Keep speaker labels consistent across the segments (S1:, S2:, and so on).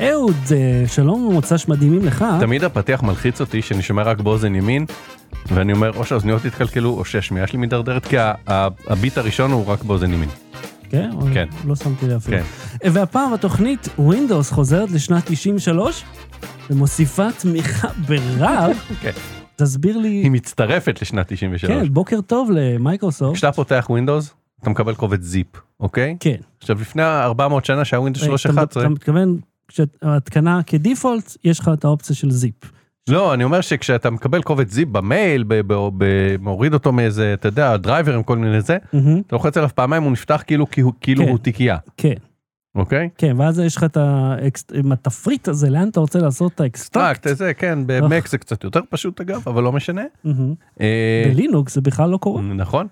S1: אהוד, אה, שלום ומוצ"ש מדהימים לך.
S2: תמיד הפתיח מלחיץ אותי שאני שומע רק באוזן ימין, ואני אומר או שהאוזניות התקלקלו או שהשמיעה שלי מידרדרת, כי ה- ה- הביט הראשון הוא רק באוזן ימין.
S1: כן?
S2: כן.
S1: לא שמתי לב אפילו.
S2: כן.
S1: אה, והפעם התוכנית Windows חוזרת לשנת 93 ומוסיפה תמיכה ברב.
S2: כן.
S1: תסביר לי,
S2: היא מצטרפת לשנת 93.
S1: כן, בוקר טוב למייקרוסופט.
S2: כשאתה פותח ווינדוס, אתה מקבל קובץ זיפ, אוקיי?
S1: כן.
S2: עכשיו לפני 400 שנה שהיה ווינדוס
S1: אתה-
S2: 311,
S1: אתה מתכוון, כשההתקנה כדיפולט, יש לך את האופציה של זיפ.
S2: לא, אני אומר שכשאתה מקבל קובץ זיפ במייל, ב- ב- ב- מוריד אותו מאיזה, אתה יודע, דרייברים, כל מיני זה,
S1: מהמם,
S2: אתה לוחץ עליו פעמיים, הוא נפתח כאילו כי הוא- כאילו
S1: כן.
S2: הוא תיקייה,
S1: כן,
S2: אוקיי?
S1: כן, ואז יש לך את האקס- עם התפריט הזה, לאן אתה רוצה לעשות את
S2: טרקט,
S1: האקסטרקט.
S2: זה כן, במק זה קצת יותר פשוט אגב, אבל לא משנה.
S1: מהמם.
S2: אה,
S1: בלינוקס זה בכלל לא קורה.
S2: נכון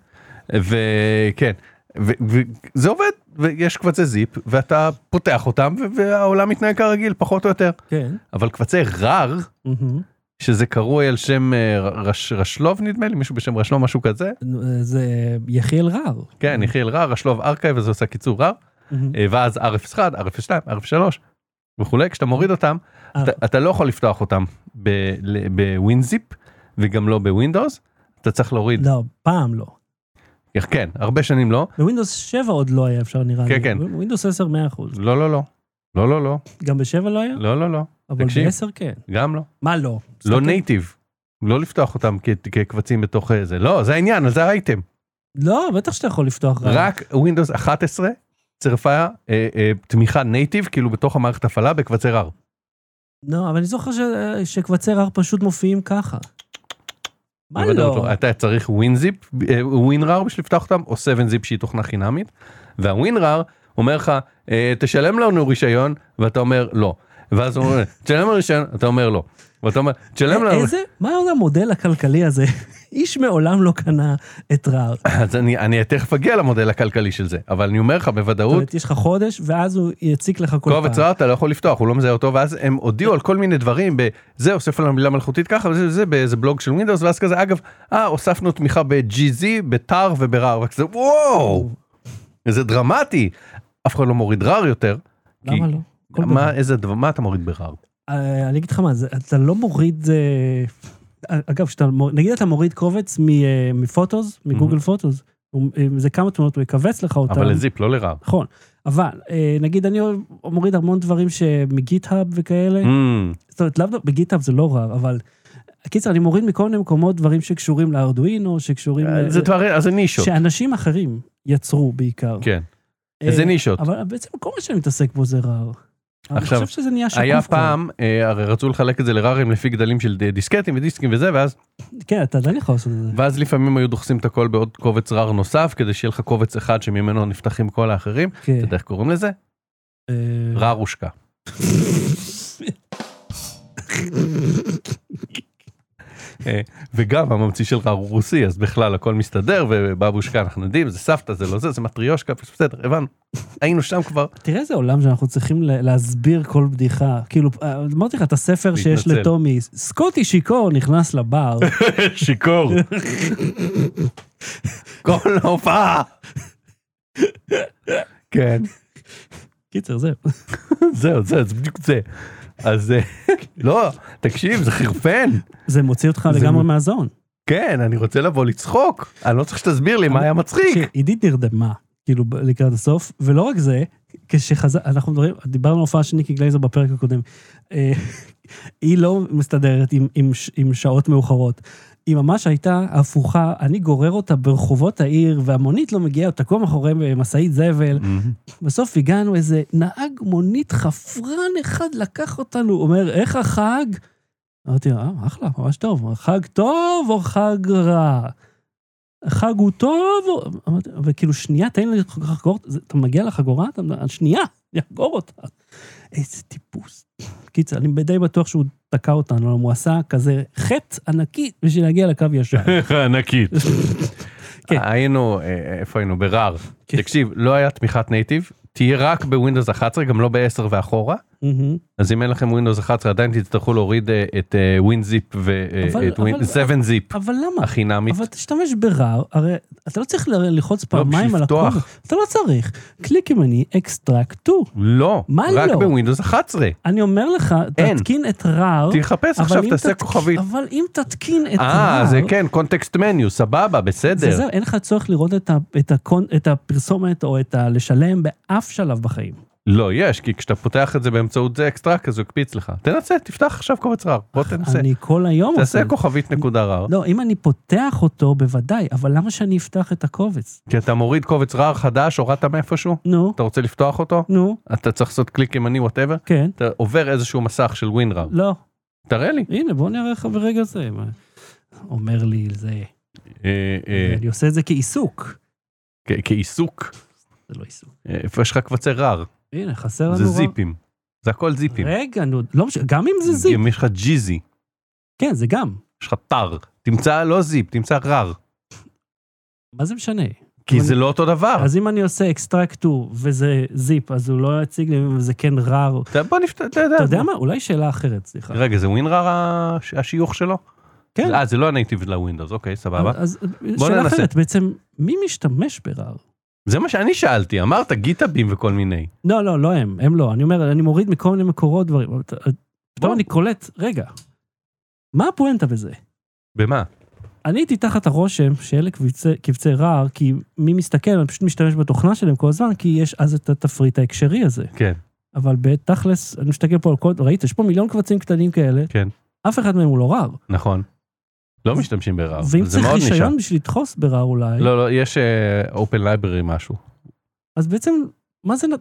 S2: וכן ו- וזה עובד ויש קבצי זיפ ואתה פותח אותם ו- והעולם מתנהג כרגיל פחות או יותר
S1: כן.
S2: אבל קבצי רר
S1: מהמם.
S2: שזה קרוי על שם אה, ר- רש, רשלוב נדמה לי מישהו בשם רשלוב משהו כזה
S1: אה, זה יחיאל רר.
S2: כן יחיאל רר רשלוב ארכאי וזה עושה קיצור רר
S1: מהמם.
S2: אה, ואז rf1 rf2 rf3 וכולי כשאתה מוריד אותם
S1: אה,
S2: אתה, אתה לא יכול לפתוח אותם ב- ל- בווינזיפ וגם לא בווינדוס אתה צריך להוריד
S1: לא, פעם לא.
S2: כן הרבה שנים לא
S1: בווינדוס 7 עוד לא היה אפשר נראה לי.
S2: כן, כן.
S1: בווינדוס 10 100%.
S2: לא לא לא לא לא לא
S1: גם ב-7 לא היה?
S2: לא לא לא
S1: אבל
S2: תקשיב.
S1: ב-10 כן.
S2: גם לא.
S1: מה לא?
S2: לא
S1: מסתכל-
S2: נייטיב. לא לפתוח אותם כ- כקבצים בתוך אה, זה. לא, זה העניין, על זה ראיתם.
S1: לא, בטח שאתה יכול לפתוח רר.
S2: רק Windows 11 צירפה אה, אה, תמיכה נייטיב, כאילו בתוך המערכת הפעלה בקבצי רר.
S1: לא, אבל אני זוכר ש- שקבצי רר פשוט מופיעים ככה. מה
S2: בוודאות
S1: לא?
S2: אתה צריך ווינזיפ, ווינרר בשביל לפתוח אותם, או 7זיפ שהיא תוכנה חינמית, והווינרר אומר לך, אה, תשלם לנו רישיון, ואתה אומר לא. ואז הוא אומר, תשלם לנו רישיון, אתה אומר לא. ואתה אומר, תשלם לנו...
S1: אה, איזה? מה עוד המודל הכלכלי הזה? איש מעולם לא קנה את רר. זאת
S2: אז אני- אני תכף אגיע למודל הכלכלי של זה, אבל אני אומר לך בוודאות,
S1: אומרת, יש לך חודש, ואז הוא יציק לך כל פעם.
S2: קובץ רע אתה לא יכול לפתוח הוא לא מזהה אותו ואז הם הודיעו על כל מיני דברים בזה אוסף לנו מילה מלאכותית ככה וזה זה באיזה בלוג של ווינדוס ואז כזה אגב אה הוספנו תמיכה ב-GZ בטאר וברר וכזה וואו זה דרמטי אף אחד לא מוריד רר יותר. כי-
S1: למה לא? כל דבר.
S2: מה איזה דבר מה אתה מוריד ברר
S1: אה, אני אגיד לך מה, זה- אתה לא מוריד... אה, אגב, שאתה, מור- נגיד אתה מוריד קובץ מ- אה, מפוטוס, מגוגל פוטוס, הוא- אה, זה כמה תמונות, הוא יכווץ לך אותן.
S2: אבל לזיפ לא לרר.
S1: נכון, אבל אה, נגיד אני מוריד המון דברים שמגיט-האב וכאלה,
S2: אמ,
S1: זאת אומרת, לאו דווקא בגיטהאב זה לא רר, אבל... קיצר, אני מוריד מכל מיני מקומות דברים שקשורים לארדואינו, שקשורים... ל-
S2: אה, זה דבר אז זה נישות
S1: שאנשים אחרים יצרו בעיקר.
S2: כן
S1: אה,
S2: זה נישות.
S1: אבל בעצם כל מה שאני מתעסק בו זה רר. אני
S2: עכשיו,
S1: חושב שזה נהיה שקוף.
S2: היה
S1: כבר.
S2: פעם אה, הרי רצו לחלק את זה לררים לפי גדלים של ד- דיסקטים ודיסקים וזה ואז
S1: כן, אתה עדיין יכול לעשות את זה.
S2: ואז לפעמים היו דוחסים את הכל בעוד קובץ רר נוסף כדי שיהיה לך קובץ אחד שממנו נפתחים כל האחרים.
S1: כן.
S2: אתה יודע איך קוראים לזה?
S1: אה,
S2: רר הושקע. אה, וגם הממציא שלך הוא רוסי אז בכלל הכל מסתדר ובבושקה אנחנו יודעים זה סבתא זה לא זה זה מטריושקה בסדר הבנו היינו שם כבר
S1: תראה איזה עולם שאנחנו צריכים ל- להסביר כל בדיחה. כאילו, אה, אמרתי לך, את הספר שיש
S2: להתנצל.
S1: לטומי, סקוטי שיכור נכנס לבר.
S2: שיכור כל ההופעה. כן
S1: קיצר, זהו.
S2: זהו זהו זה בדיוק זה אז אה, לא תקשיב זה חרפן
S1: זה מוציא אותך
S2: זה
S1: לגמרי
S2: מ-
S1: מהזון.
S2: כן, אני רוצה לבוא לצחוק, אני לא צריך שתסביר לי מה היה מצחיק.
S1: עידית נרדמה, כאילו, ב- לקראת הסוף, ולא רק זה, כשחזר, אנחנו מדברים, דיברנו על הופעה של ניקי גלייזר בפרק הקודם. אה, היא לא מסתדרת עם, עם, ש- עם שעות מאוחרות. היא ממש הייתה הפוכה, אני גורר אותה ברחובות העיר, והמונית לא מגיעה, היא תקום אחורי משאית זבל. בסוף הגענו, איזה נהג מונית חפרן אחד לקח אותנו, הוא אומר, איך החג? אמרתי לו, אה, אחלה, ממש טוב. חג טוב או חג רע? חג הוא טוב או... אמרתי, וכאילו, שנייה, תן לי לחגור, זה- אתה מגיע לחגורה? אתה... שנייה, אני אחגור אותה. איזה טיפוס. קיצר, אני די בטוח שהוא תקע אותנו, אבל הוא עשה כזה חטא ענקי בשביל להגיע לקו ישר.
S2: ענקית.
S1: כן.
S2: היינו, אה, איפה היינו? כן. ברר. תקשיב, לא היה תמיכת נייטיב, תהיה רק בווינדוס 11, גם לא ב-10 ואחורה,
S1: מהמם.
S2: אז אם אין לכם Windows 11 עדיין תצטרכו להוריד אה, את ווינזיפ אה,
S1: אבל-
S2: ואת
S1: אבל-
S2: 7 זיפ
S1: אבל למה?
S2: החינמית.
S1: אבל תשתמש ברר, הרי אתה לא צריך ל- ללחוץ פעמיים
S2: בשביל
S1: על
S2: לפתוח.
S1: הקובץ. אתה לא צריך. קליק ימני, אקסטרקט 2.
S2: לא,
S1: מה
S2: רק
S1: לא?
S2: בווינדוס 11.
S1: אני אומר לך,
S2: אין.
S1: תתקין את רר.
S2: תחפש
S1: אבל
S2: עכשיו,
S1: אם
S2: תעשה
S1: תתק-
S2: כוכבית.
S1: אבל אם תתקין את רר...
S2: אה, זה כן, קונטקסט מניו, סבבה,
S1: זה
S2: בסדר.
S1: זהו, אין לך צורך לראות את, ה, את, הקונ, את הפרסומת או את הלשלם באף שלב בחיים.
S2: לא, יש, כי כשאתה פותח את זה באמצעות זה אקסטרק, אז הוא הקפיץ לך. תנסה, תפתח עכשיו קובץ רר, בוא תנסה.
S1: אני לא כל היום
S2: תעשה
S1: עושה.
S2: כוכבית נקודה רר.
S1: לא, אם אני פותח אותו, בוודאי, אבל למה שאני אפתח את הקובץ?
S2: כי אתה מוריד קובץ רר חדש, הורדת מאיפשהו,
S1: נו,
S2: אתה רוצה לפתוח אותו,
S1: נו,
S2: אתה צריך לעשות קליק ימני, וואטאבר,
S1: כן,
S2: אתה עובר איזשהו מסך של ווין רר.
S1: לא.
S2: תראה לי.
S1: הנה, בוא נראה לך ברגע זה. מה- אומר לי זה.
S2: אה, אה,
S1: אני עושה את זה כעיסוק.
S2: כ- כעיסוק,
S1: זה לא עיסוק.
S2: אה, איפה יש לך קבצי
S1: לא,
S2: רר,
S1: הנה, חסר לנו...
S2: זה
S1: רק-
S2: זיפים. זה הכל זיפים.
S1: רגע, נו, לא משנה, גם אם זה זיפ.
S2: גם יש לך ג'יזי,
S1: כן, זה גם.
S2: יש לך טר. תמצא לא זיפ, תמצא רר.
S1: מה זה משנה?
S2: כי
S1: אבל-
S2: זה לא אותו דבר.
S1: אז אם אני עושה אקסטרקטור וזה זיפ, אז הוא לא יציג לי אם זה כן רר.
S2: אתה- בוא נפתח, אתה יודע.
S1: אתה יודע מה? אולי שאלה אחרת, סליחה.
S2: אה, רגע, זה ווין רר הש- השיוך שלו?
S1: כן. אה,
S2: אה, זה לא הנייטיב לווינדוס, אוקיי, סבבה.
S1: אז שאלה
S2: ננסה.
S1: אחרת, בעצם, מי משתמש ברר?
S2: זה מה שאני שאלתי, אמרת גיטה בים וכל מיני.
S1: לא, לא, לא הם, הם לא. אני אומר, אני מוריד מכל מיני מקורות דברים. אבל אתה- פתאום
S2: בוא.
S1: אני קולט, רגע, מה הפואנטה בזה?
S2: במה?
S1: אני הייתי תחת הרושם שאלה קבצי, קבצי רער, כי מי מסתכל, אני פשוט משתמש בתוכנה שלהם כל הזמן, כי יש אז את התפריט ההקשרי הזה.
S2: כן.
S1: אבל בתכלס, אני מסתכל פה על כל, ראית, יש פה מיליון קבצים קטנים כאלה,
S2: כן.
S1: אף אחד מהם הוא לא רער.
S2: נכון. לא משתמשים ברער,
S1: ואם
S2: זה
S1: צריך
S2: מאוד נשאר.
S1: רישיון בשביל לדחוס ברער אולי,
S2: לא, לא, יש אופן לייברי משהו.
S1: אז בעצם, מה זה... נ-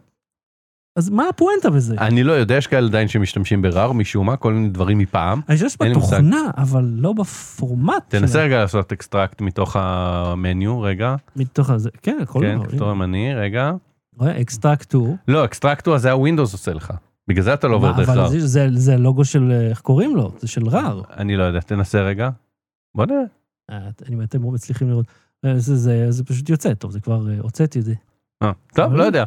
S1: אז מה הפואנטה בזה?
S2: אני לא יודע, יש כאלה עדיין שמשתמשים ברער משום מה, כל מיני דברים מפעם.
S1: אז יש
S2: אין לי
S1: בתוכנה, אבל לא בפורמט.
S2: תנסה
S1: שלה.
S2: רגע לעשות אקסטרקט מתוך המניו, רגע.
S1: מתוך הזה, כן, הכל
S2: כן,
S1: דבר,
S2: כפתור
S1: הנה.
S2: ימני, רגע.
S1: רואה, אקסטרקט טור.
S2: לא, אקסטרקט הוא, אז זה הווינדוס עושה לך. בגלל זה אתה לא עובר
S1: מה,
S2: דרך
S1: אבל
S2: רער.
S1: זה- זה- זה לוגו של, אה, איך קוראים לו? זה של רער.
S2: אני לא יודע, תנסה רגע. בוא נראה.
S1: אה, אם אתם לא מצליחים לראות, אה, זה, זה, זה פשוט יוצא, טוב, זה כבר אה, הוצאתי את זה.
S2: אה, טוב, לא יודע.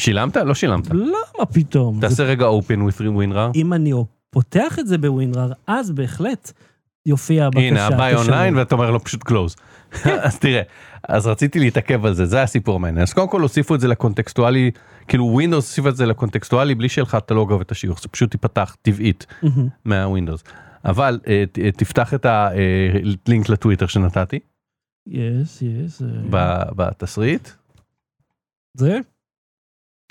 S2: שילמת? לא שילמת.
S1: למה פתאום? אוקיי. זה,
S2: תעשה רגע open with win רער.
S1: אם אני פותח את זה בווינרר, אז בהחלט יופיע הבקשה.
S2: הנה, הביי
S1: תשלם.
S2: אונליין, ואתה אומר לו פשוט קלוז. אז תראה, אז רציתי להתעכב על זה, זה הסיפור המעניין. אז קודם כל הוסיפו את זה לקונטקסטואלי, כאילו ווינדוס הוסיף את זה לקונטקסטואלי בלי שיהיה לך את הלוגו ואת השיוך, זה פשוט ייפתח טבעית
S1: מהמם.
S2: מהווינדוס. אבל אה, ת- אה, תפתח את הלינק לטוויטר שנתתי
S1: אוקיי. יש, יש. אה,
S2: ב- בתסריט.
S1: זה?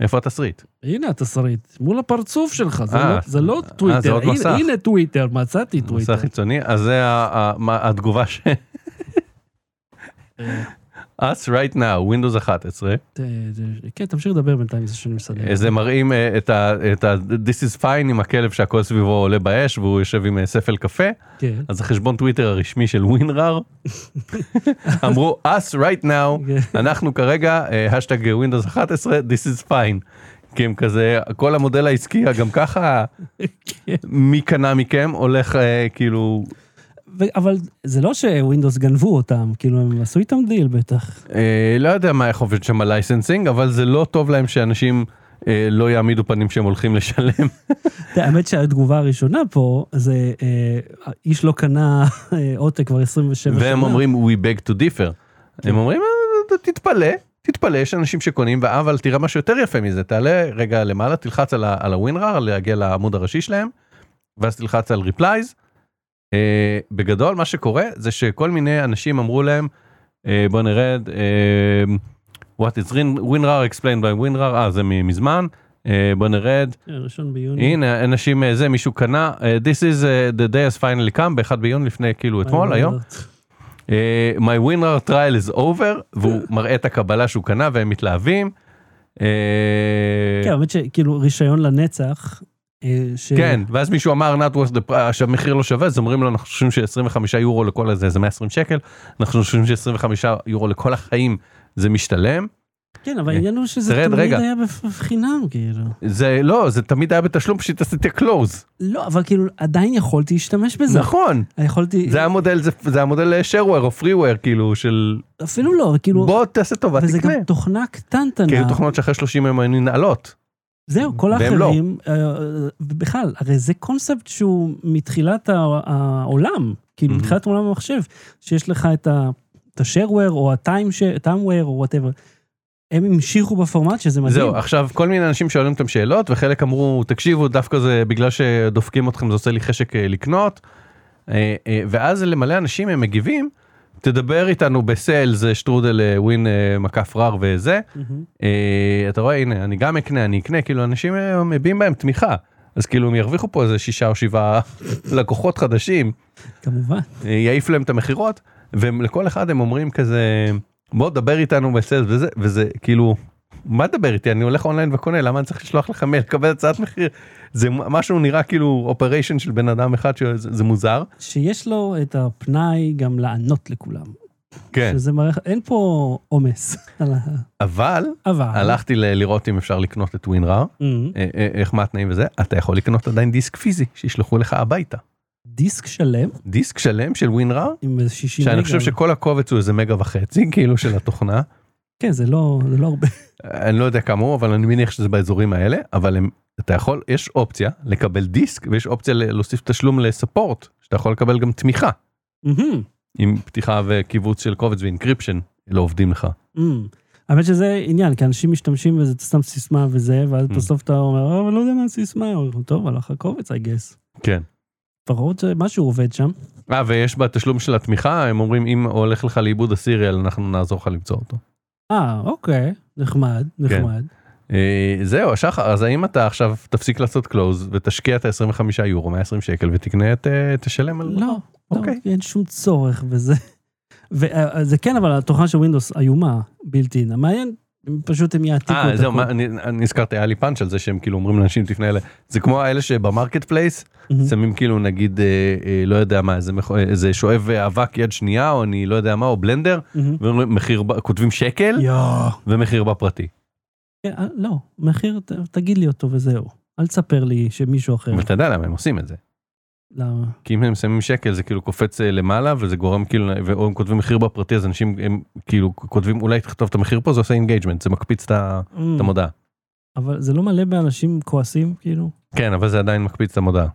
S2: איפה התסריט?
S1: הנה התסריט, מול הפרצוף שלך, זה
S2: אה,
S1: לא- זה לא
S2: אה, זה
S1: טוויטר.
S2: עוד
S1: הנה-
S2: מסך.
S1: הנה טוויטר, מצאתי טוויטר.
S2: מסך חיצוני, אז זה ה- ה- מה- התגובה ש...
S1: אה,
S2: us right now, Windows 11,
S1: ת- ת- כן, תמשיך לדבר בינתיים, זה שאני מסדר.
S2: אה, זה מראים אה, את ה- את ה- This is fine עם הכלב שהכל סביבו עולה באש והוא יושב עם אה, ספל קפה.
S1: כן.
S2: אז החשבון טוויטר הרשמי של ווינרר אמרו us right now אנחנו כרגע אה, השטג ווינדוס 11 this is fine. כי הם כזה כל המודל העסקי גם ככה
S1: כן.
S2: מי קנה מכם הולך אה, כאילו
S1: ו- אבל זה לא שווינדוס גנבו אותם, כאילו הם עשו איתם דיל בטח.
S2: אה, לא יודע מה איך עובד שם הלייסנסינג אבל זה לא טוב להם שאנשים אה, לא יעמידו פנים שהם הולכים לשלם
S1: אתה יודע, האמת שהתגובה הראשונה פה זה אה, איש לא קנה אה, עותק כבר 27 שנה.
S2: והם אומרים we beg to differ.
S1: כן.
S2: הם אומרים "אה, תתפלא. תתפלא יש אנשים שקונים אבל תראה משהו יותר יפה מזה תעלה רגע למעלה תלחץ על, ה- על הווינרר להגיע לעמוד הראשי שלהם ואז תלחץ על ריפלייז. אה, בגדול מה שקורה זה שכל מיני אנשים אמרו להם אה, בוא נרד אה, what is WinRAR explained by WinRAR אה זה מ- מזמן אה, בוא נרד
S1: כן, ראשון ביוני.
S2: הנה אנשים אה, זה מישהו קנה אה, this is אה, the day has finally come באחד ביוני לפני כאילו אתמול
S1: אה,
S2: היום.
S1: כן,
S2: אה, My winner trial is over והוא מראה את הקבלה שהוא קנה והם מתלהבים. אה,
S1: כן, האמת שכאילו רישיון לנצח. אה, ש-
S2: כן ואז מישהו אמר not worth the price שהמחיר לא שווה אז אומרים לו אנחנו חושבים ש25 יורו לכל הזה זה 120 שקל אנחנו חושבים ש25 יורו לכל החיים זה משתלם
S1: כן, אבל העניין הוא שזה
S2: תרד,
S1: תמיד
S2: רגע.
S1: היה בפ- בחינם, כאילו.
S2: זה לא זה תמיד היה בתשלום פשוט עשיתי קלוז
S1: לא, אבל כאילו עדיין יכולתי להשתמש בזה.
S2: נכון
S1: יכולתי,
S2: זה המודל זה- זה המודל share או freeware כאילו של
S1: אפילו לא, כאילו,
S2: בוא תעשה טובה
S1: וזה כן
S2: תקנה. כאילו,
S1: גם תוכנה קטנטנה.
S2: כי היו תוכנות שאחרי 30 יום היו ננעלות.
S1: זהו, כל
S2: והם לא.
S1: האחרים, אה, בכלל, הרי זה קונספט שהוא מתחילת ה- העולם, כאילו
S2: Mhm.
S1: מתחילת עולם המחשב, שיש לך את ה- את ה-shareware או ה-timeware או וואטאבר. הם המשיכו בפורמט שזה מדהים.
S2: זהו, אה. עכשיו כל מיני אנשים שואלים אותם שאלות, וחלק אמרו, תקשיבו, דווקא זה בגלל שדופקים אתכם זה עושה לי חשק אה, לקנות, אה, אה, ואז למלא אנשים הם מגיבים, תדבר איתנו בסל, זה שטרודל אה, ווין אה, מקף רר וזה,
S1: מהמם.
S2: אה, אתה רואה, הנה, אני גם אקנה, אני אקנה, כאילו אנשים אה, מביעים בהם תמיכה, אז כאילו הם ירוויחו פה איזה שישה או שבעה לקוחות חדשים.
S1: כמובן.
S2: יעיף להם את המכירות ולכל אחד הם אומרים כזה בוא דבר איתנו בסלס וזה וזה כאילו מה דבר איתי אני הולך אונליין וקונה למה אני צריך לשלוח לך מייל לקבל הצעת מחיר זה משהו נראה כאילו אופריישן של בן אדם אחד שזה זה מוזר
S1: שיש לו את הפנאי גם לענות לכולם.
S2: כן
S1: שזה מערכת, אין פה עומס על ה...
S2: אבל
S1: אבל...
S2: הלכתי ל- לראות אם אפשר לקנות את ווינרר
S1: מהמם.
S2: אה, אה, איך מה התנאים וזה אתה יכול לקנות עדיין דיסק פיזי שישלחו לך הביתה
S1: דיסק שלם
S2: דיסק שלם של ווינרר
S1: עם איזה 60
S2: שאני
S1: מגה.
S2: חושב שכל הקובץ הוא איזה מגה וחצי כאילו של התוכנה.
S1: כן, זה לא זה לא הרבה.
S2: אני לא יודע כמה הוא אבל אני מניח שזה באזורים האלה אבל הם, אתה יכול יש אופציה לקבל דיסק ויש אופציה ל- להוסיף תשלום לספורט שאתה יכול לקבל גם תמיכה
S1: מהמם.
S2: עם פתיחה וקיבוץ של קובץ ואינקריפשן לא עובדים לך.
S1: מהמם. אמ, האמת שזה עניין, כי אנשים משתמשים בזה, אתה שם סיסמה וזה, ואז
S2: Mm.
S1: בסוף אתה אומר, "אה, אבל לא יודע מה הסיסמה, הוא אומר, טוב, הלך הקובץ, I guess.
S2: כן.
S1: לפחות שמשהו עובד שם.
S2: אה ויש בתשלום של התמיכה הם אומרים אם הולך לך לאיבוד הסיריאל אנחנו נעזור לך למצוא אותו.
S1: אה, אוקיי, נחמד,
S2: כן.
S1: נחמד.
S2: אה, זהו שחר אז האם אתה עכשיו תפסיק לעשות קלוז ותשקיע את ה-25 יורו 120 שקל ותקנה את אה, תשלם על
S1: לא, לא,
S2: אוקיי.
S1: אין שום צורך בזה. וזה כן, אבל התוכנה של ווינדוס איומה, בלתי אין. המעניין, הם פשוט הם יעתיקו את
S2: אה,
S1: הכל.
S2: זהו, מה, אני, אני הזכרתי, היה לי פאנץ' על זה שהם כאילו אומרים לאנשים תפנה אליהם, זה כמו האלה שבמרקט פלייס,
S1: מהמם.
S2: שמים כאילו נגיד, אה, אה, לא יודע מה, איזה, מכ... אה, איזה שואב אה, אבק יד שנייה, או אני לא יודע מה, או בלנדר,
S1: מהמם.
S2: ואומרים, מחיר, ב- כותבים שקל,
S1: יואו.
S2: ומחיר בפרטי.
S1: כן, אה, לא, מחיר, ת- תגיד לי אותו וזהו. אל תספר לי שמישהו אחר.
S2: אבל אתה יודע למה הם עושים את זה.
S1: למה?
S2: כי אם הם שמים שקל זה כאילו קופץ אה, למעלה וזה גורם כאילו ואו הם כותבים מחיר בפרטי אז אנשים הם כאילו כותבים אולי תכתוב את המחיר פה זה עושה אינגייג'מנט זה מקפיץ את ה-
S1: Mm.
S2: את המודעה.
S1: אבל זה לא מלא באנשים כועסים, כאילו?
S2: כן אבל זה עדיין מקפיץ את המודעה.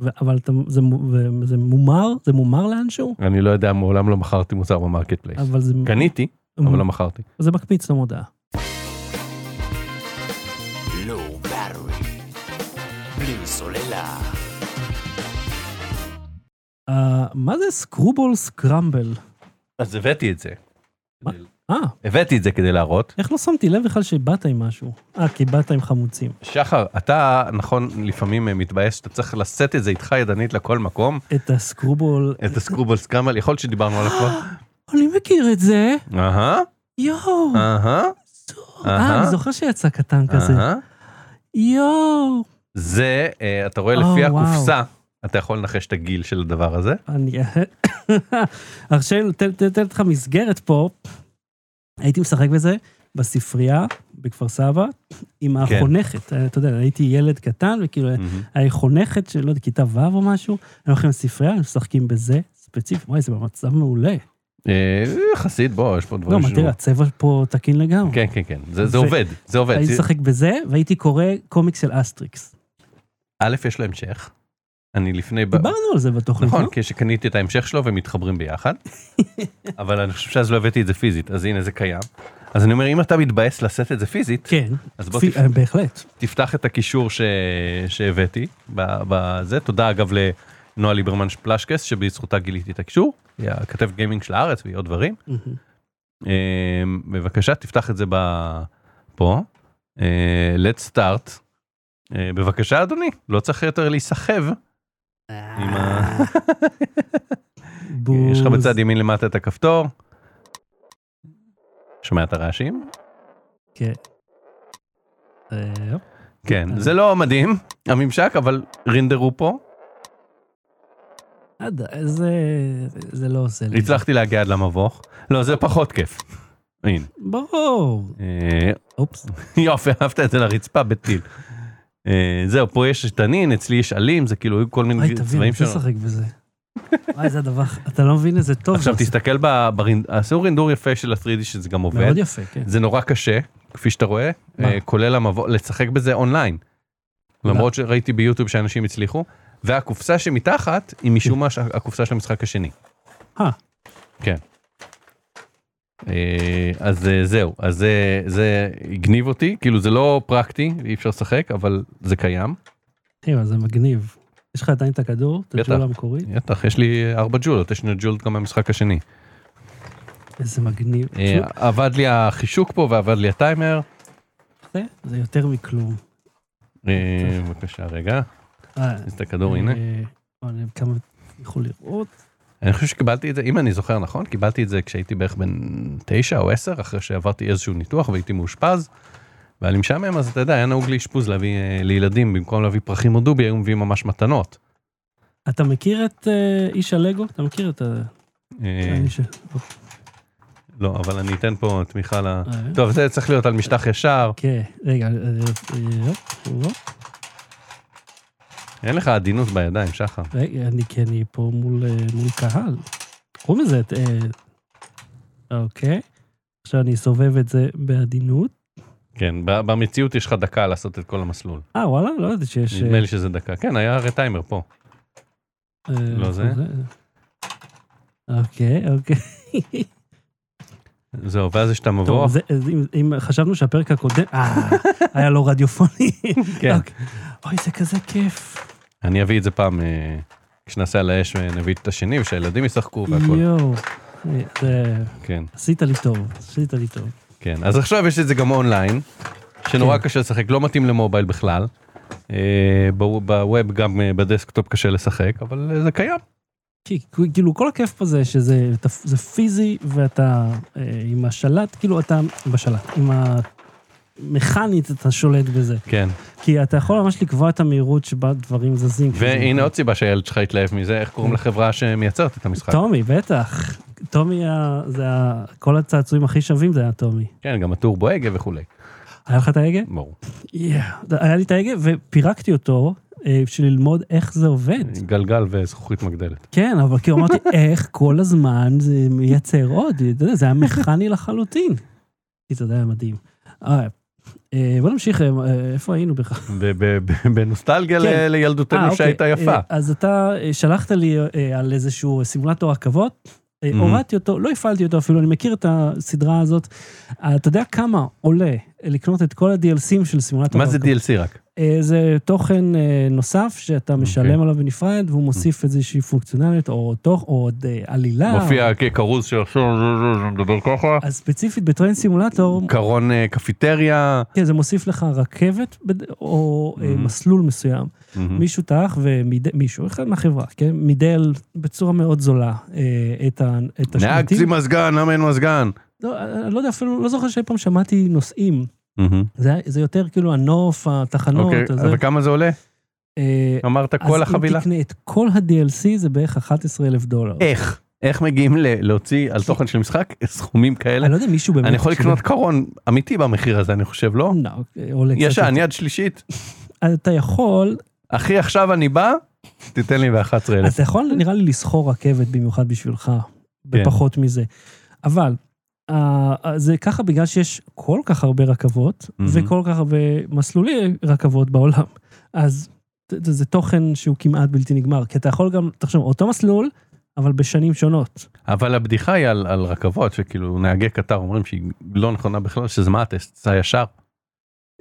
S1: ו- אבל אתה, זה, מו- ו- זה מומר? זה מומר לאנשהו?
S2: אני לא יודע מעולם לא מכרתי מוצר במרקט פלייס.
S1: אבל זה,
S2: קניתי אבל לא מכרתי.
S1: זה מקפיץ למודעה.
S3: Low battery. לא בלי סוללה.
S1: אה, מה זה סקרובול סקרמבל?
S2: אז הבאתי את זה.
S1: מה? אה,
S2: הבאתי את זה כדי להראות.
S1: איך לא שמתי לב בכלל שבאת עם משהו? אה, כי באת עם חמוצים.
S2: שחר, אתה נכון לפעמים אה, מתבאס שאתה צריך לשאת את זה איתך ידנית לכל מקום,
S1: את הסקרובול...
S2: את הסקרובל סקרמל, יכול להיות שדיברנו עליו כבר.
S1: אני מכיר את זה!
S2: אהה,
S1: יואו!
S2: אהה,
S1: אה, אני זוכר שיצא קטן כזה.
S2: אהה.
S1: יואו!
S2: זה, אה, אתה רואה
S1: או,
S2: לפי
S1: Oh, וואו. Mm-hmm.
S2: הקופסה, אתה יכול לנחש את הגיל של הדבר הזה.
S1: אני... עכשיו תן- תן תן לך מסגרת פה. הייתי משחק בזה בספרייה בכפר סבא
S2: כן.
S1: עם החונכת. אה, אתה יודע, הייתי ילד קטן וכאילו היה לי חונכת של, לא יודע, כיתה ו' או משהו. היינו הולכים לספרייה, היינו משחקים בזה ספציפית. וואי, זה במצב מעולה.
S2: אה, יחסית, בוא, יש פה
S1: לא,
S2: דברים
S1: מה, תראה, הצבע פה תקין לגמרי.
S2: כן, כן, כן, זה זה
S1: ו-
S2: עובד, זה עובד.
S1: הייתי
S2: זה-
S1: משחק בזה והייתי קורא קומיקס של אסטריקס.
S2: א', יש לו המשך. אני לפני... ב-
S1: דיברנו על זה בתוכנית.
S2: נכון,
S1: לא?
S2: כי שקניתי את ההמשך שלו ומתחברים ביחד. אבל אני חושב שאז לא הבאתי את זה פיזית, אז הנה זה קיים. אז אני אומר, אם אתה מתבאס לשאת את זה פיזית,
S1: כן,
S2: אז בוא
S1: פי-
S2: תפ-
S1: אה, בהחלט.
S2: תפתח את הקישור ש... שהבאתי ב- בזה. תודה אגב לנועה ליברמן פלשקס, שבזכותה גיליתי את הקישור, היא הכתבת גיימינג של הארץ והיא עוד דברים.
S1: מהמם.
S2: אמ, בבקשה, תפתח את זה ב... פה. אה, let's start. אה, בבקשה אדוני, לא צריך יותר להיסחב עם ה... יש לך
S1: בוז.
S2: בצד ימין למטה את הכפתור. שומע את הרעשים?
S1: כן. אה, הופ.
S2: כן, זה לא מדהים הממשק אבל רינדרו פה.
S1: עד- זה זה לא עושה לי.
S2: הצלחתי להגיע עד למבוך. לא זה פחות כיף. הנה.
S1: ברור.
S2: אה,
S1: אופס.
S2: יופי אהבת את זה לרצפה בטיל. אה, זהו פה יש תנין אצלי יש עלים זה כאילו היו כל מיני
S1: וואי, תבין, אני רוצה
S2: צבעים שלנו.
S1: לשחק בזה. וואי, זה הדבר, אתה לא מבין איזה טוב.
S2: עכשיו
S1: זה עושה.
S2: תסתכל ב... ברינ- עשו רינדור יפה של ה-3D שזה גם עובד.
S1: מאוד יפה, כן.
S2: זה נורא קשה כפי שאתה רואה,
S1: מה?
S2: אה, כולל המבוא, לשחק בזה אונליין. למרות שראיתי ביוטיוב שאנשים הצליחו, והקופסה שמתחת היא משום מה ש- הקופסה של המשחק השני.
S1: אה.
S2: כן. אה, אז אה, זהו, אז זה- זה הגניב אותי, כאילו זה לא פרקטי, אי אפשר לשחק, אבל זה קיים.
S1: תראה, זה מגניב. יש לך עדיין את הכדור, את
S2: בטח.
S1: הג'ולה המקורית?
S2: בטח, יש לי אה, ארבע ג'ולות, יש לי ג'ולות גם מהמשחק השני.
S1: איזה מגניב.
S2: אה, עבד לי החישוק פה ועבד לי הטיימר.
S1: זה, זה יותר מכלום.
S2: אה, בבקשה, רגע,
S1: אה,
S2: אז את הכדור, לא, הנה.
S1: אה, אה, כמה יכול לראות.
S2: אני חושב שקיבלתי את זה, אם אני זוכר נכון, קיבלתי את זה כשהייתי בערך בן תשע או עשר, אחרי שעברתי איזשהו ניתוח והייתי מאושפז. והיה לי משעמם, אז אתה יודע, היה נהוג לאשפוז להביא אה, לילדים, במקום להביא פרחים או דובי, היו מביאים ממש מתנות.
S1: אתה מכיר את אה, איש הלגו? אתה מכיר את ה...
S2: אה,
S1: האיש ה-
S2: לא, אבל אני אתן פה תמיכה ל...
S1: אה.
S2: טוב, זה צריך להיות על משטח ישר.
S1: כן, רגע, אה, אה, הופ, הופ.
S2: אין לך עדינות בידיים, שחר.
S1: רגע, אני כי אני פה מול אה, מול קהל. קוראים לזה את... אה, אוקיי. עכשיו אני אסובב את זה בעדינות.
S2: כן, ב- במציאות יש לך דקה לעשות את כל המסלול.
S1: אה, וואלה? לא ידעתי שיש...
S2: נדמה לי שזה דקה. כן, היה הרי טיימר פה.
S1: אה,
S2: לא זה?
S1: אוקיי, אוקיי.
S2: זהו, ואז יש את המבוא.
S1: טוב, זה- אז אם- אם חשבנו שהפרק הקודם... אה, היה לא רדיופוני.
S2: כן.
S1: אוקיי. אוי, זה כזה כיף.
S2: אני אביא את זה פעם, אה, כשנעשה על האש ונביא את השני, ושהילדים ישחקו והכל.
S1: יואו. אה, זה...
S2: כן,
S1: עשית לי טוב, עשית לי טוב.
S2: כן. אז עכשיו יש את זה גם אונליין, שנורא
S1: כן.
S2: קשה לשחק, לא מתאים למובייל בכלל. אה, ב- בווב גם אה, בדסקטופ קשה לשחק, אבל אה, זה קיים.
S1: כי כאילו כל הכיף פה זה שזה אתה- זה פיזי ואתה אה, עם השלט, כאילו אתה בשלט, עם המכנית אתה שולט בזה.
S2: כן.
S1: כי אתה יכול ממש לקבוע את המהירות שבה דברים זזים.
S2: והנה עוד סיבה שהילד שלך התלהב מזה, איך קוראים לחברה שמייצרת את המשחק.
S1: טומי, בטח. טומי, ה- זה ה- כל הצעצועים הכי שווים זה היה טומי.
S2: כן, גם הטורבו הגה וכולי.
S1: היה לך את ההגה?
S2: ברור.
S1: יאה. היה לי את ההגה ופירקתי אותו אה, בשביל ללמוד איך זה עובד.
S2: גלגל וזכוכית מגדלת.
S1: כן, אבל כאילו אמרתי, איך כל הזמן זה מייצר עוד, אתה יודע, זה היה מכני לחלוטין. כי אתה יודע, היה מדהים. אה, אה, בוא נמשיך, אה, אה, איפה היינו בכלל?
S2: ב- ב- ב- בנוסטלגיה
S1: כן.
S2: ל-
S1: אה,
S2: לילדותנו
S1: אוקיי,
S2: שהייתה יפה.
S1: אה, אז אתה אה, שלחת לי אה, על איזשהו סימולטור רכבות, אה,
S2: Mhm.
S1: הורדתי אותו, לא הפעלתי אותו אפילו, אני מכיר את הסדרה הזאת. אה, אתה יודע כמה עולה לקנות את כל ה-DLCים של סימולטור
S2: מה
S1: רכבות?
S2: זה DLC רק?
S1: אה, זה תוכן אה, נוסף שאתה משלם
S2: אוקיי. Mhm.
S1: עליו בנפרד, והוא מוסיף איזושהי פונקציונליות, או תוך- או עוד אה, עלילה.
S2: מופיע ככרוז שעכשיו מדבר ככה.
S1: אז ספציפית בטרנד סימולטור,
S2: קרון אה, קפיטריה.
S1: כן, זה מוסיף לך רכבת בד- או אה,
S2: Mhm.
S1: מסלול מסוים. מישהו טח ומישהו, אחד מהחברה, כן, מידל בצורה מאוד זולה אה, את ה- את
S2: נהג צי
S1: השנתיים.
S2: מזגן, למה אין מזגן?
S1: לא, אני לא יודע, אפילו לא זוכר שאי פעם שמעתי נוסעים. זה היה- זה יותר כאילו הנוף, התחנות,
S2: אוקיי,
S1: הזה.
S2: וכמה זה עולה?
S1: אה,
S2: אמרת כל החבילה? אה,
S1: אז אם תקנה את כל ה-DLC זה בערך 11 אלף דולר.
S2: איך? איך מגיעים ל- להוציא על תוכן של משחק סכומים כאלה?
S1: אני לא יודע אם מישהו באמת...
S2: אני יכול
S1: ש-
S2: לקנות קרון אמיתי במחיר הזה, אני חושב, לא?
S1: לא, עולה קצת.
S2: ישן, יד שלישית.
S1: יותר. אתה יכול,
S2: אחי, עכשיו אני בא, תיתן לי ב-11,000.
S1: אתה יכול נראה לי לסחור רכבת במיוחד בשבילך,
S2: כן.
S1: בפחות מזה. אבל אה, זה ככה בגלל שיש כל כך הרבה רכבות,
S2: מהמם.
S1: וכל כך הרבה מסלולי רכבות בעולם. אז ת- ת- זה תוכן שהוא כמעט בלתי נגמר, כי אתה יכול גם, תחשוב, אותו מסלול, אבל בשנים שונות.
S2: אבל הבדיחה היא על על רכבות, שכאילו נהגי קטר אומרים שהיא לא נכונה בכלל, שזה מה הטסט, סע ישר.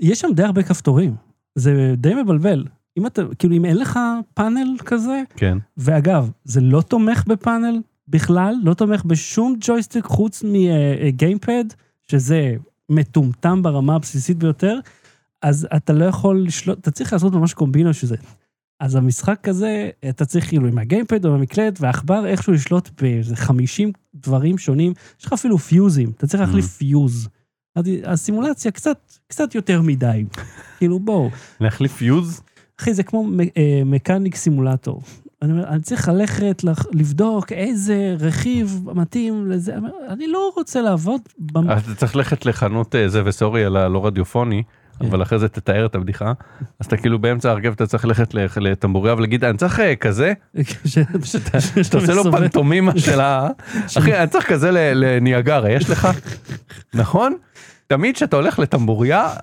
S1: יש שם די הרבה כפתורים, זה די מבלבל. אם אתה, כאילו, אם אין לך פאנל כזה,
S2: כן.
S1: ואגב, זה לא תומך בפאנל בכלל, לא תומך בשום ג'ויסטיק חוץ מגיימפד, שזה מטומטם ברמה הבסיסית ביותר, אז אתה לא יכול לשלוט, אתה צריך לעשות ממש קומבינה שזה. אז המשחק כזה, אתה צריך כאילו עם הגיימפד או עם המקלט והעכבר איכשהו לשלוט באיזה 50 דברים שונים, יש לך אפילו פיוזים, אתה צריך להחליף פיוז. אז הסימולציה קצת, קצת יותר מדי, כאילו בואו.
S2: להחליף פיוז?
S1: אחי, זה כמו מ- אה, מקאניק סימולטור. אני אומר, אני צריך ללכת לח- לבדוק איזה רכיב מתאים לזה. אני אומר, אני לא רוצה לעבוד במ...
S2: אז אתה צריך ללכת לחנות אה, זה וסורי על הלא רדיופוני,
S1: כן.
S2: אבל אחרי זה תתאר את הבדיחה. אז אתה כאילו באמצע הרכבת אתה צריך ללכת לח- לטמבוריה ולהגיד אני צריך אה, כזה,
S1: ש- שאתה
S2: שאתה עושה לו
S1: מסובב.
S2: פנטומימה של ה... אחי אני צריך כזה ל- לניאגרה, יש לך? נכון? תמיד כשאתה הולך לטמבוריה,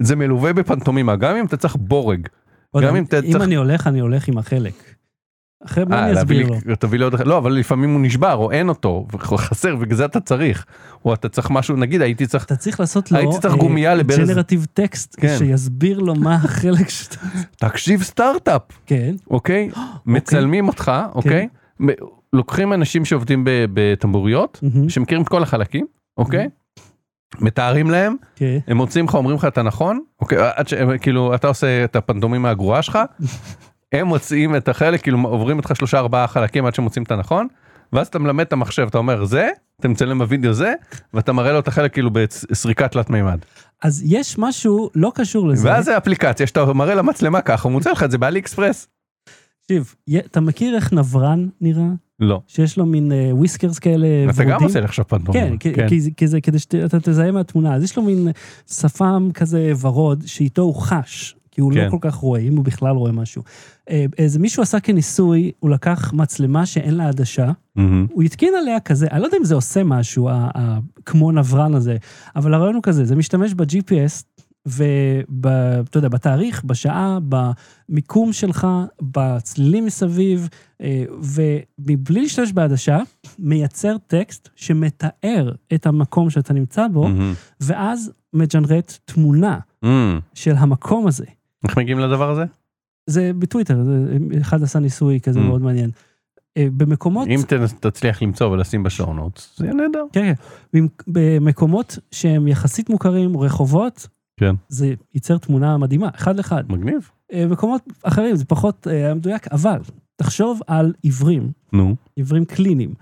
S2: זה מלווה בפנטומימה, גם אם אתה צריך בורג.
S1: עוד
S2: גם אם
S1: אני-
S2: אתה
S1: אם
S2: צריך-
S1: אני הולך, אני הולך עם החלק. אחרי מה
S2: אה,
S1: אני
S2: להביא
S1: אסביר לו?
S2: לי- תביא לי עוד אחד. לא, אבל לפעמים הוא נשבר, או אין אותו, וחסר, בגלל זה אתה צריך. או אתה צריך משהו, נגיד הייתי צריך...
S1: אתה צריך לעשות לו...
S2: אה, הייתי צריך גומייה לברז.
S1: ג'נרטיב טקסט,
S2: כן.
S1: שיסביר לו מה החלק שאתה...
S2: תקשיב סטארט-אפ,
S1: כן,
S2: אוקיי? מצלמים אותך, אוקיי? מ- לוקחים אנשים שעובדים ב- בטמבוריות,
S1: מהמם,
S2: שמכירים את כל החלקים, אוקיי?
S1: Mm-hmm.
S2: מתארים להם,
S1: כן.
S2: הם מוצאים לך, אומרים לך אתה נכון, אוקיי? עד ש... כאילו, אתה עושה את הפנדומים הגרועה שלך, הם מוצאים את החלק, כאילו עוברים איתך שלושה ארבעה חלקים עד שמוצאים את הנכון, ואז אתה מלמד את המחשב, אתה אומר זה, אתה מצלם בווידאו זה, ואתה מראה לו את החלק כאילו בסריקה תלת מימד.
S1: אז יש משהו לא קשור לזה.
S2: ואז זה אפליקציה שאתה מראה למצלמה ככה, הוא מוצא לך את זה באלי אקספרס.
S1: תקשיב, י- אתה מכיר איך נברן נראה?
S2: לא.
S1: שיש לו מין אה, וויסקרס כאלה
S2: אתה גם
S1: ורודים?
S2: עושה לי עכשיו
S1: כן,
S2: פנדומים.
S1: כי- כי זה- כי זה כדי שאתה תזהה מהתמונה. אז יש לו מין שפם כזה ורוד, שאיתו הוא חש, כי הוא
S2: כן.
S1: לא כל כך רואה, אם הוא בכלל רואה משהו. אה, איזה מישהו עשה כניסוי, הוא לקח מצלמה שאין לה עדשה,
S2: מהמם.
S1: הוא התקין עליה כזה, אני לא יודע אם זה עושה משהו, ה- ה- כמו נברן הזה, אבל הרעיון הוא כזה, זה משתמש ב-GPS, ואתה יודע, בתאריך, בשעה, במיקום שלך, בצלילים מסביב, אה, ומבלי להשתמש בעדשה, מייצר טקסט שמתאר את המקום שאתה נמצא בו,
S2: מהמם.
S1: ואז מג'נרט תמונה
S2: מהמם.
S1: של המקום הזה.
S2: איך מגיעים לדבר הזה?
S1: זה בטוויטר, זה- אחד עשה ניסוי כזה
S2: Mm.
S1: מאוד מעניין. אה, במקומות...
S2: אם ת- תצליח למצוא ולשים בשעונות, זה יהיה נהדר.
S1: כן, כן. במק- במקומות שהם יחסית מוכרים, רחובות,
S2: כן.
S1: זה ייצר תמונה מדהימה, אחד לאחד.
S2: מגניב.
S1: אה, מקומות אחרים זה פחות אה, מדויק, אבל תחשוב על עיוורים,
S2: נו.
S1: עיוורים קליניים,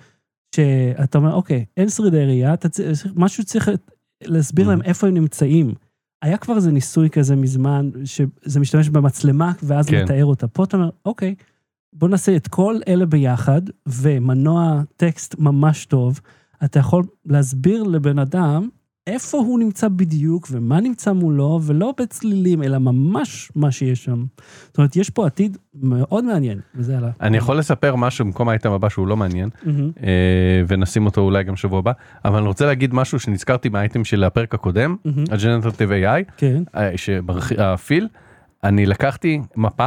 S1: שאתה אומר, אוקיי, אין שרידי ראייה, אתה צריך- משהו צריך להסביר
S2: Mm.
S1: להם איפה הם נמצאים. היה כבר איזה ניסוי כזה מזמן, שזה משתמש במצלמה, ואז
S2: כן.
S1: כן. מתאר אותה. פה אתה אומר, אוקיי, בוא נעשה את כל אלה ביחד, ומנוע טקסט ממש טוב, אתה יכול להסביר לבן אדם איפה הוא נמצא בדיוק, ומה נמצא מולו, ולא בצלילים, אלא ממש מה שיש שם. זאת אומרת, יש פה עתיד מאוד מעניין, וזה עלה.
S2: אני יכול לספר משהו במקום האייטם הבא שהוא לא מעניין,
S1: מהמם.
S2: אה, ונשים אותו אולי גם שבוע הבא, אבל אני רוצה להגיד משהו שנזכרתי מהאייטם של הפרק הקודם,
S1: מהמם.
S2: על ג'נרטיב AI,
S1: כן,
S2: אה, שמרח- הפיל, אני לקחתי מפה,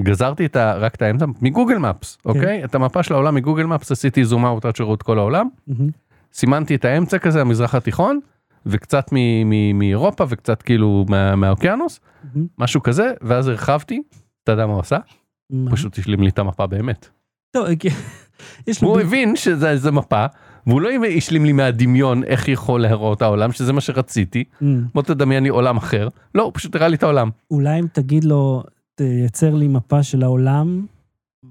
S2: גזרתי את ה, רק את האמצע מגוגל מפס, אוקיי? את המפה של העולם מגוגל מפס עשיתי זום אאוט עד שראו את כל העולם,
S1: מהמם.
S2: סימנתי את האמצע כזה, המזרח התיכון, וקצת מ- מ- מאירופה וקצת כאילו מה- מהאוקיינוס,
S1: מהמם.
S2: משהו כזה, ואז הרחבתי, אתה יודע מה הוא עשה?
S1: מה?
S2: פשוט השלים לי את המפה באמת.
S1: טוב, כי- יש לו...
S2: הוא
S1: ב-
S2: הבין שזה זה מפה, והוא לא השלים לי מהדמיון איך יכול להיראות העולם, שזה מה שרציתי.
S1: אמ,
S2: בוא תדמיין לי עולם אחר. לא, הוא פשוט הראה לי את העולם.
S1: אולי אם תגיד לו, תייצר לי מפה של העולם,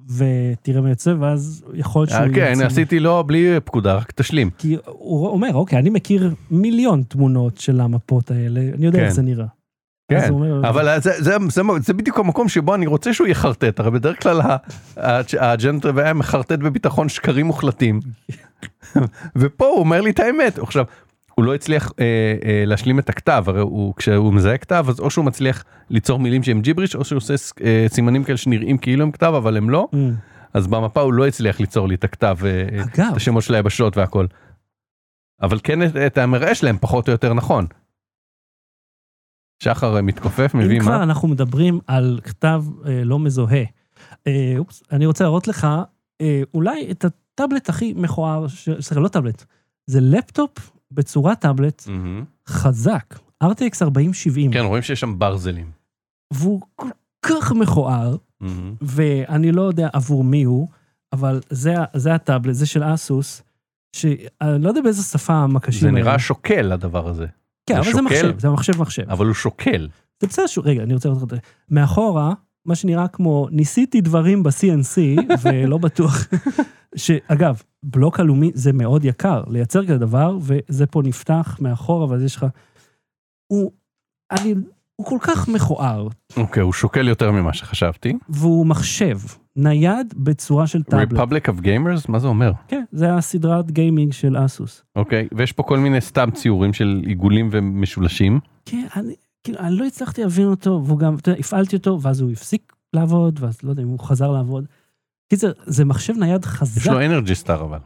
S1: ותראה מה יוצא, ואז יכול להיות שהוא...
S2: אה, כן,
S1: יוצא.
S2: עשיתי לו בלי פקודה, רק תשלים.
S1: כי הוא אומר, אוקיי, אני מכיר מיליון תמונות של המפות האלה, אני יודע
S2: כן.
S1: איך זה נראה.
S2: כן,
S1: אז הוא אומר-
S2: אבל זה, זה, זה, זה בדיוק המקום שבו אני רוצה שהוא יחרטט, הרי בדרך כלל ה- ה- האג'נט היה מחרטט בביטחון שקרים מוחלטים. ופה הוא אומר לי את האמת. עכשיו, הוא לא הצליח אה, אה, להשלים את הכתב, הרי הוא, כשהוא מזהה כתב, אז או שהוא מצליח ליצור מילים שהם ג'יבריש, או שהוא עושה ס- אה, סימנים כאלה שנראים כאילו הם כתב, אבל הם לא,
S1: אמ.
S2: אז במפה הוא לא הצליח ליצור לי את הכתב, אה, אה,
S1: אגב,
S2: את השמות של היבשות והכל. אבל כן את- את המראה שלהם פחות או יותר נכון. שחר אה, מתכופף, מביא
S1: אם כבר
S2: מה?
S1: אנחנו מדברים על כתב אה, לא מזוהה, אה, אופס, אני רוצה להראות לך אה, אולי את הטאבלט הכי מכוער, ש- סליחה, לא טאבלט, זה לפטופ בצורת טאבלט
S2: מהמם.
S1: חזק, RTX 4070,
S2: Mm-hmm. כן, רואים שיש שם ברזלים.
S1: והוא כל כך מכוער,
S2: מהמם.
S1: ואני לא יודע עבור מי הוא, אבל זה, ה- זה הטאבלט, זה של אסוס, שאני לא יודע באיזה שפה המקשים
S2: זה
S1: האלה.
S2: נראה שוקל הדבר הזה,
S1: כן,
S2: זה
S1: אבל זה
S2: שוקל.
S1: מחשב, זה מחשב מחשב.
S2: אבל הוא שוקל.
S1: זה בסדר שהוא, רגע, אני רוצה לראות את זה. מאחורה, מה שנראה כמו, ניסיתי דברים ב-CNC, ולא בטוח. שאגב, בלוק אלומי זה מאוד יקר, לייצר כזה דבר, וזה פה נפתח מאחורה, ואז יש לך... הוא, אני, הוא כל כך מכוער,
S2: אוקיי, הוא שוקל יותר ממה שחשבתי.
S1: והוא מחשב, נייד בצורה של טאבלט.
S2: Republic of Gamers? מה זה אומר?
S1: כן, זה הסדרת גיימינג של אסוס.
S2: אוקיי, ויש פה כל מיני סתם ציורים של עיגולים ומשולשים.
S1: כן, אני, כאילו, אני לא הצלחתי להבין אותו, והוא גם, אתה יודע, הפעלתי אותו, ואז הוא הפסיק לעבוד, ואז לא יודע אם הוא חזר לעבוד. קיצר, זה מחשב נייד חזק.
S2: יש לו אנרגי סטאר אבל.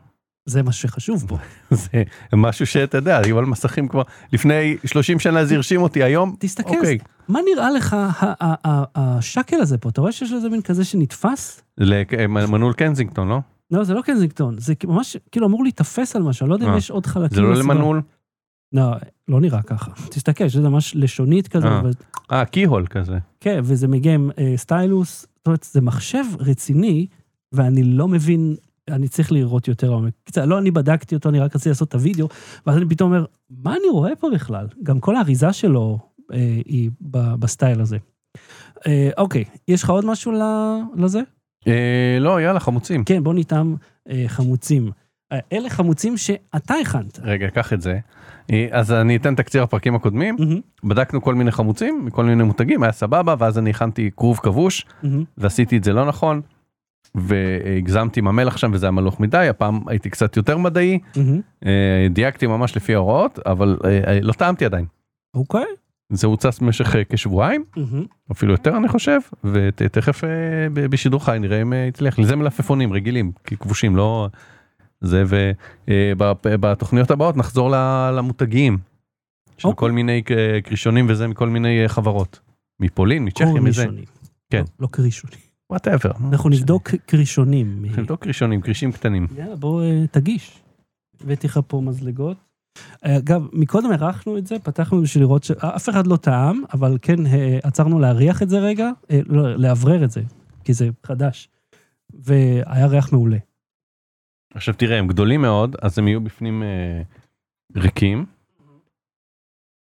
S1: זה מה שחשוב פה.
S2: זה משהו שאתה יודע, היו על מסכים כבר לפני 30 שנה זה הרשים אותי, היום,
S1: תסתכל,
S2: אוקיי,
S1: מה נראה לך ה- ה- ה- השאקל הזה פה? אתה רואה שיש לזה מין כזה שנתפס?
S2: למנעול קנזינגטון, לא?
S1: לא, זה לא קנזינגטון, זה כאילו ממש כאילו אמור להיתפס על משהו, אני לא יודע אם
S2: אה.
S1: יש עוד חלקים.
S2: זה לא
S1: בסביבה.
S2: למנעול?
S1: לא, לא נראה ככה. תסתכל, יש לזה ממש לשונית כזאת,
S2: אה.
S1: אבל
S2: אה, קי-הול כזה.
S1: כן, וזה מגיע עם אה, סטיילוס, זאת אומרת, זה מחשב רציני, ואני לא מבין, אני צריך לראות יותר לעומק. קצת, לא אני בדקתי אותו, אני רק רציתי לעשות את הוידאו, ואז אני פתאום אומר, מה אני רואה פה בכלל? גם כל האריזה שלו אה, היא ב- בסטייל הזה. אה, אוקיי, יש לך עוד משהו ל- לזה?
S2: אה, לא, יאללה, חמוצים.
S1: כן, בוא נטעם אה, חמוצים. אה, אלה חמוצים שאתה הכנת.
S2: רגע, קח את זה. אה, אז אני אתן תקציר הפרקים הקודמים.
S1: מהמם,
S2: בדקנו כל מיני חמוצים מכל מיני מותגים, היה סבבה, ואז אני הכנתי כרוב כבוש,
S1: מהמם.
S2: ועשיתי את זה לא נכון, והגזמתי עם המלח שם וזה היה מלוך מדי, הפעם הייתי קצת יותר מדעי,
S1: מהמם.
S2: אה, דייקתי ממש לפי ההוראות, אבל אה, אה, לא טעמתי עדיין.
S1: אוקיי.
S2: זה הוצץ במשך אה, כשבועיים,
S1: מהמם.
S2: אפילו יותר אני חושב, ותכף אה, בשידור חי נראה אם אה, יצליח. זה מלפפונים רגילים, כי כבושים, לא... זה ובתוכניות הבאות נחזור ל- למותגים. של
S1: אוקיי.
S2: כל מיני אה, קרישונים וזה מכל מיני אה, חברות. מפולין, מצ'כיה, מזה,
S1: קורנישונים.
S2: כן.
S1: לא, לא קרישונים.
S2: וואטאבר.
S1: אנחנו נבדוק קרישונים. מ-
S2: נבדוק קרישונים, קרישים קטנים.
S1: יאללה, בוא אה, תגיש. הבאתי לך פה מזלגות. אה, אגב, מקודם הארכנו את זה, פתחנו בשביל לראות שאף אחד לא טעם, אבל כן אה, עצרנו להריח את זה רגע, אה, לא, לאוורר את זה, כי זה חדש. והיה ריח מעולה.
S2: עכשיו תראה, הם גדולים מאוד, אז הם יהיו בפנים אה, ריקים.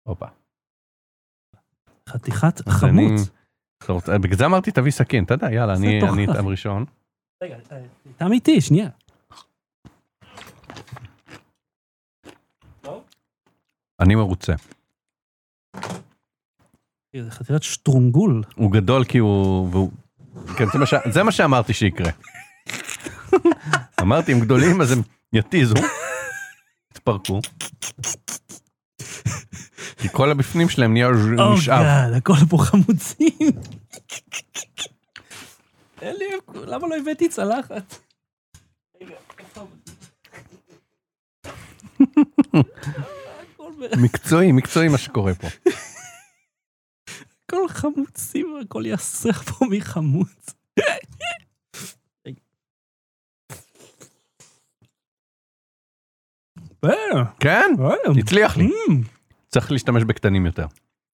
S2: הופה.
S1: חתיכת
S2: אז אני-
S1: חמוץ.
S2: אתה רוצה- אה, בגלל זה אמרתי תביא סכין, אתה יודע, יאללה,
S1: אז
S2: אני
S1: תאכל.
S2: אני אטעם ראשון.
S1: רגע, אה, טעם איתי, שנייה.
S2: אני מרוצה.
S1: אה, זה חתיכת שטרונגול.
S2: הוא גדול כי הוא... והוא- כן, זה מה ש- זה מה שאמרתי שיקרה. אמרתי, הם גדולים אז הם יתיזו, יתפרקו. כי כל הבפנים שלהם נהיה
S1: או
S2: נשאב.
S1: גאד, Oh, הכל פה חמוצים. אין לי, למה לא הבאתי צלחת? רגע, איפה- הכל ב-
S2: מקצועי, מקצועי מה שקורה פה.
S1: הכל חמוצים, הכל יסח פה מחמוץ. רגע. אה,
S2: כן,
S1: אה,
S2: הצליח לי.
S1: אמ,
S2: צריך להשתמש בקטנים יותר.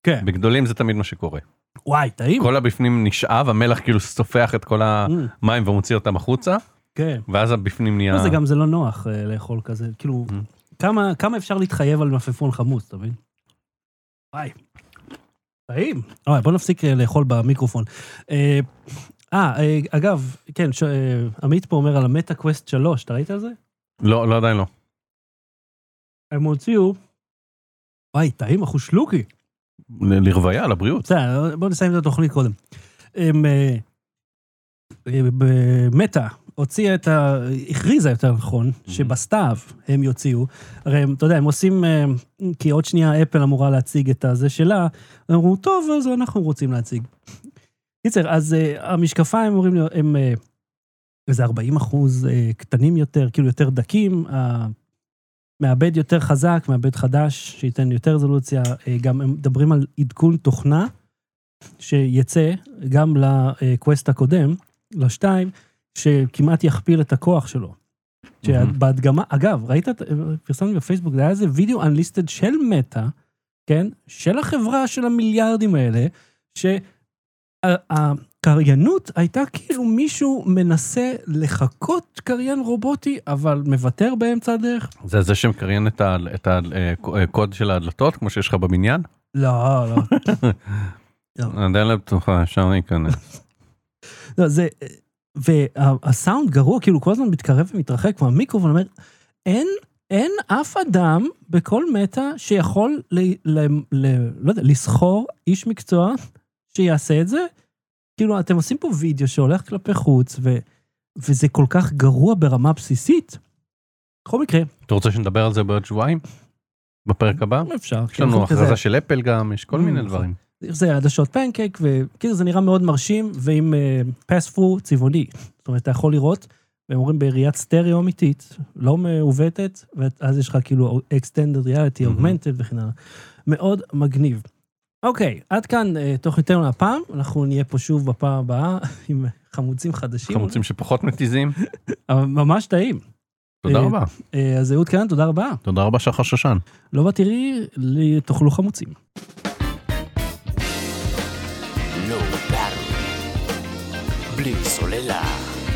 S1: כן.
S2: בגדולים זה תמיד מה שקורה.
S1: וואי, טעים.
S2: כל הבפנים נשאב, המלח כאילו סופח את כל
S1: אמ,
S2: המים ומוציא אותם החוצה,
S1: כן.
S2: ואז הבפנים נהיה...
S1: לא, זה גם, זה לא נוח אה, לאכול כזה, כאילו,
S2: Mm.
S1: כמה, כמה אפשר להתחייב על מלפפון חמוץ, אתה מבין? וואי. טעים. אוי, בוא נפסיק אה, לאכול במיקרופון. אה, אה, אה, אגב, כן, ש- אה, עמית פה אומר על המטה קווסט 3, אתה ראית על זה?
S2: לא, לא, עדיין לא.
S1: הם הוציאו... וואי, טעים, אחושלוקי.
S2: ל- לרוויה, לבריאות.
S1: בסדר, בוא נסיים את התוכנית קודם. הם... אה, אה, ב- מטא הוציאה את ה... הכריזה, יותר נכון, שבסתיו הם יוציאו. הרי הם, אתה יודע, הם עושים... אה, כי עוד שנייה אפל אמורה להציג את הזה שלה, הם אמרו, טוב, אז אנחנו רוצים להציג. קיצר, אז אה, המשקפיים אמורים להיות, הם אה, איזה 40 אחוז אה, קטנים יותר, כאילו יותר דקים, ה- מעבד יותר חזק, מעבד חדש, שייתן יותר רזולוציה, אה, גם הם מדברים על עדכון תוכנה, שיצא גם לקווסט הקודם, לשתיים, שכמעט יכפיל את הכוח שלו. שבהדגמה, אגב, ראית, את- פרסמתי בפייסבוק, זה היה איזה וידאו אנליסטד של מטא, כן? של החברה של המיליארדים האלה, שהקריינות הייתה כאילו מישהו מנסה לחקות קריין רובוטי, אבל מוותר באמצע הדרך.
S2: זה זה שמקריין את ה- אה, את הקוד של הדלתות, כמו שיש לך בבניין?
S1: לא, לא.
S2: הדלת פתוחה, אה, אפשר להיכנס.
S1: לא, זה... והסאונד גרוע, כאילו כל הזמן מתקרב ומתרחק מהמיקרופון, אומר, אין, אין אף אדם בכל מטא שיכול, ל, ל, ל, לא יודע, לסחור איש מקצוע שיעשה את זה. כאילו, אתם עושים פה וידאו שהולך כלפי חוץ, ו, וזה כל כך גרוע ברמה בסיסית. בכל מקרה,
S2: אתה רוצה שנדבר על זה בעוד שבועיים? בפרק הבא?
S1: אפשר.
S2: יש לנו הכרזה של אפל גם, יש כל
S1: כן, Mm,
S2: מיני
S1: נכון.
S2: דברים.
S1: זה עדשות אה, פנקייק, וכאילו זה נראה מאוד מרשים, ועם פס פרו צבעוני. זאת אומרת, אתה יכול לראות והם אומרים בראיית סטריאו אמיתית, לא מעוותת, ואז יש לך כאילו extended reality,
S2: Mhm.
S1: augmented וכן הלאה. מאוד מגניב. אוקיי, עד כאן אה, תוכניתנו הפעם, אנחנו נהיה פה שוב בפעם הבאה עם חמוצים חדשים.
S2: חמוצים שפחות מתיזים.
S1: אבל ממש טעים.
S2: תודה
S1: אה,
S2: רבה.
S1: אה, אז אהוד קנן, תודה רבה.
S2: תודה רבה שחר שושן.
S1: לא בתראי, לי- תאכלו חמוצים.
S3: Low battery. בלי סוללה.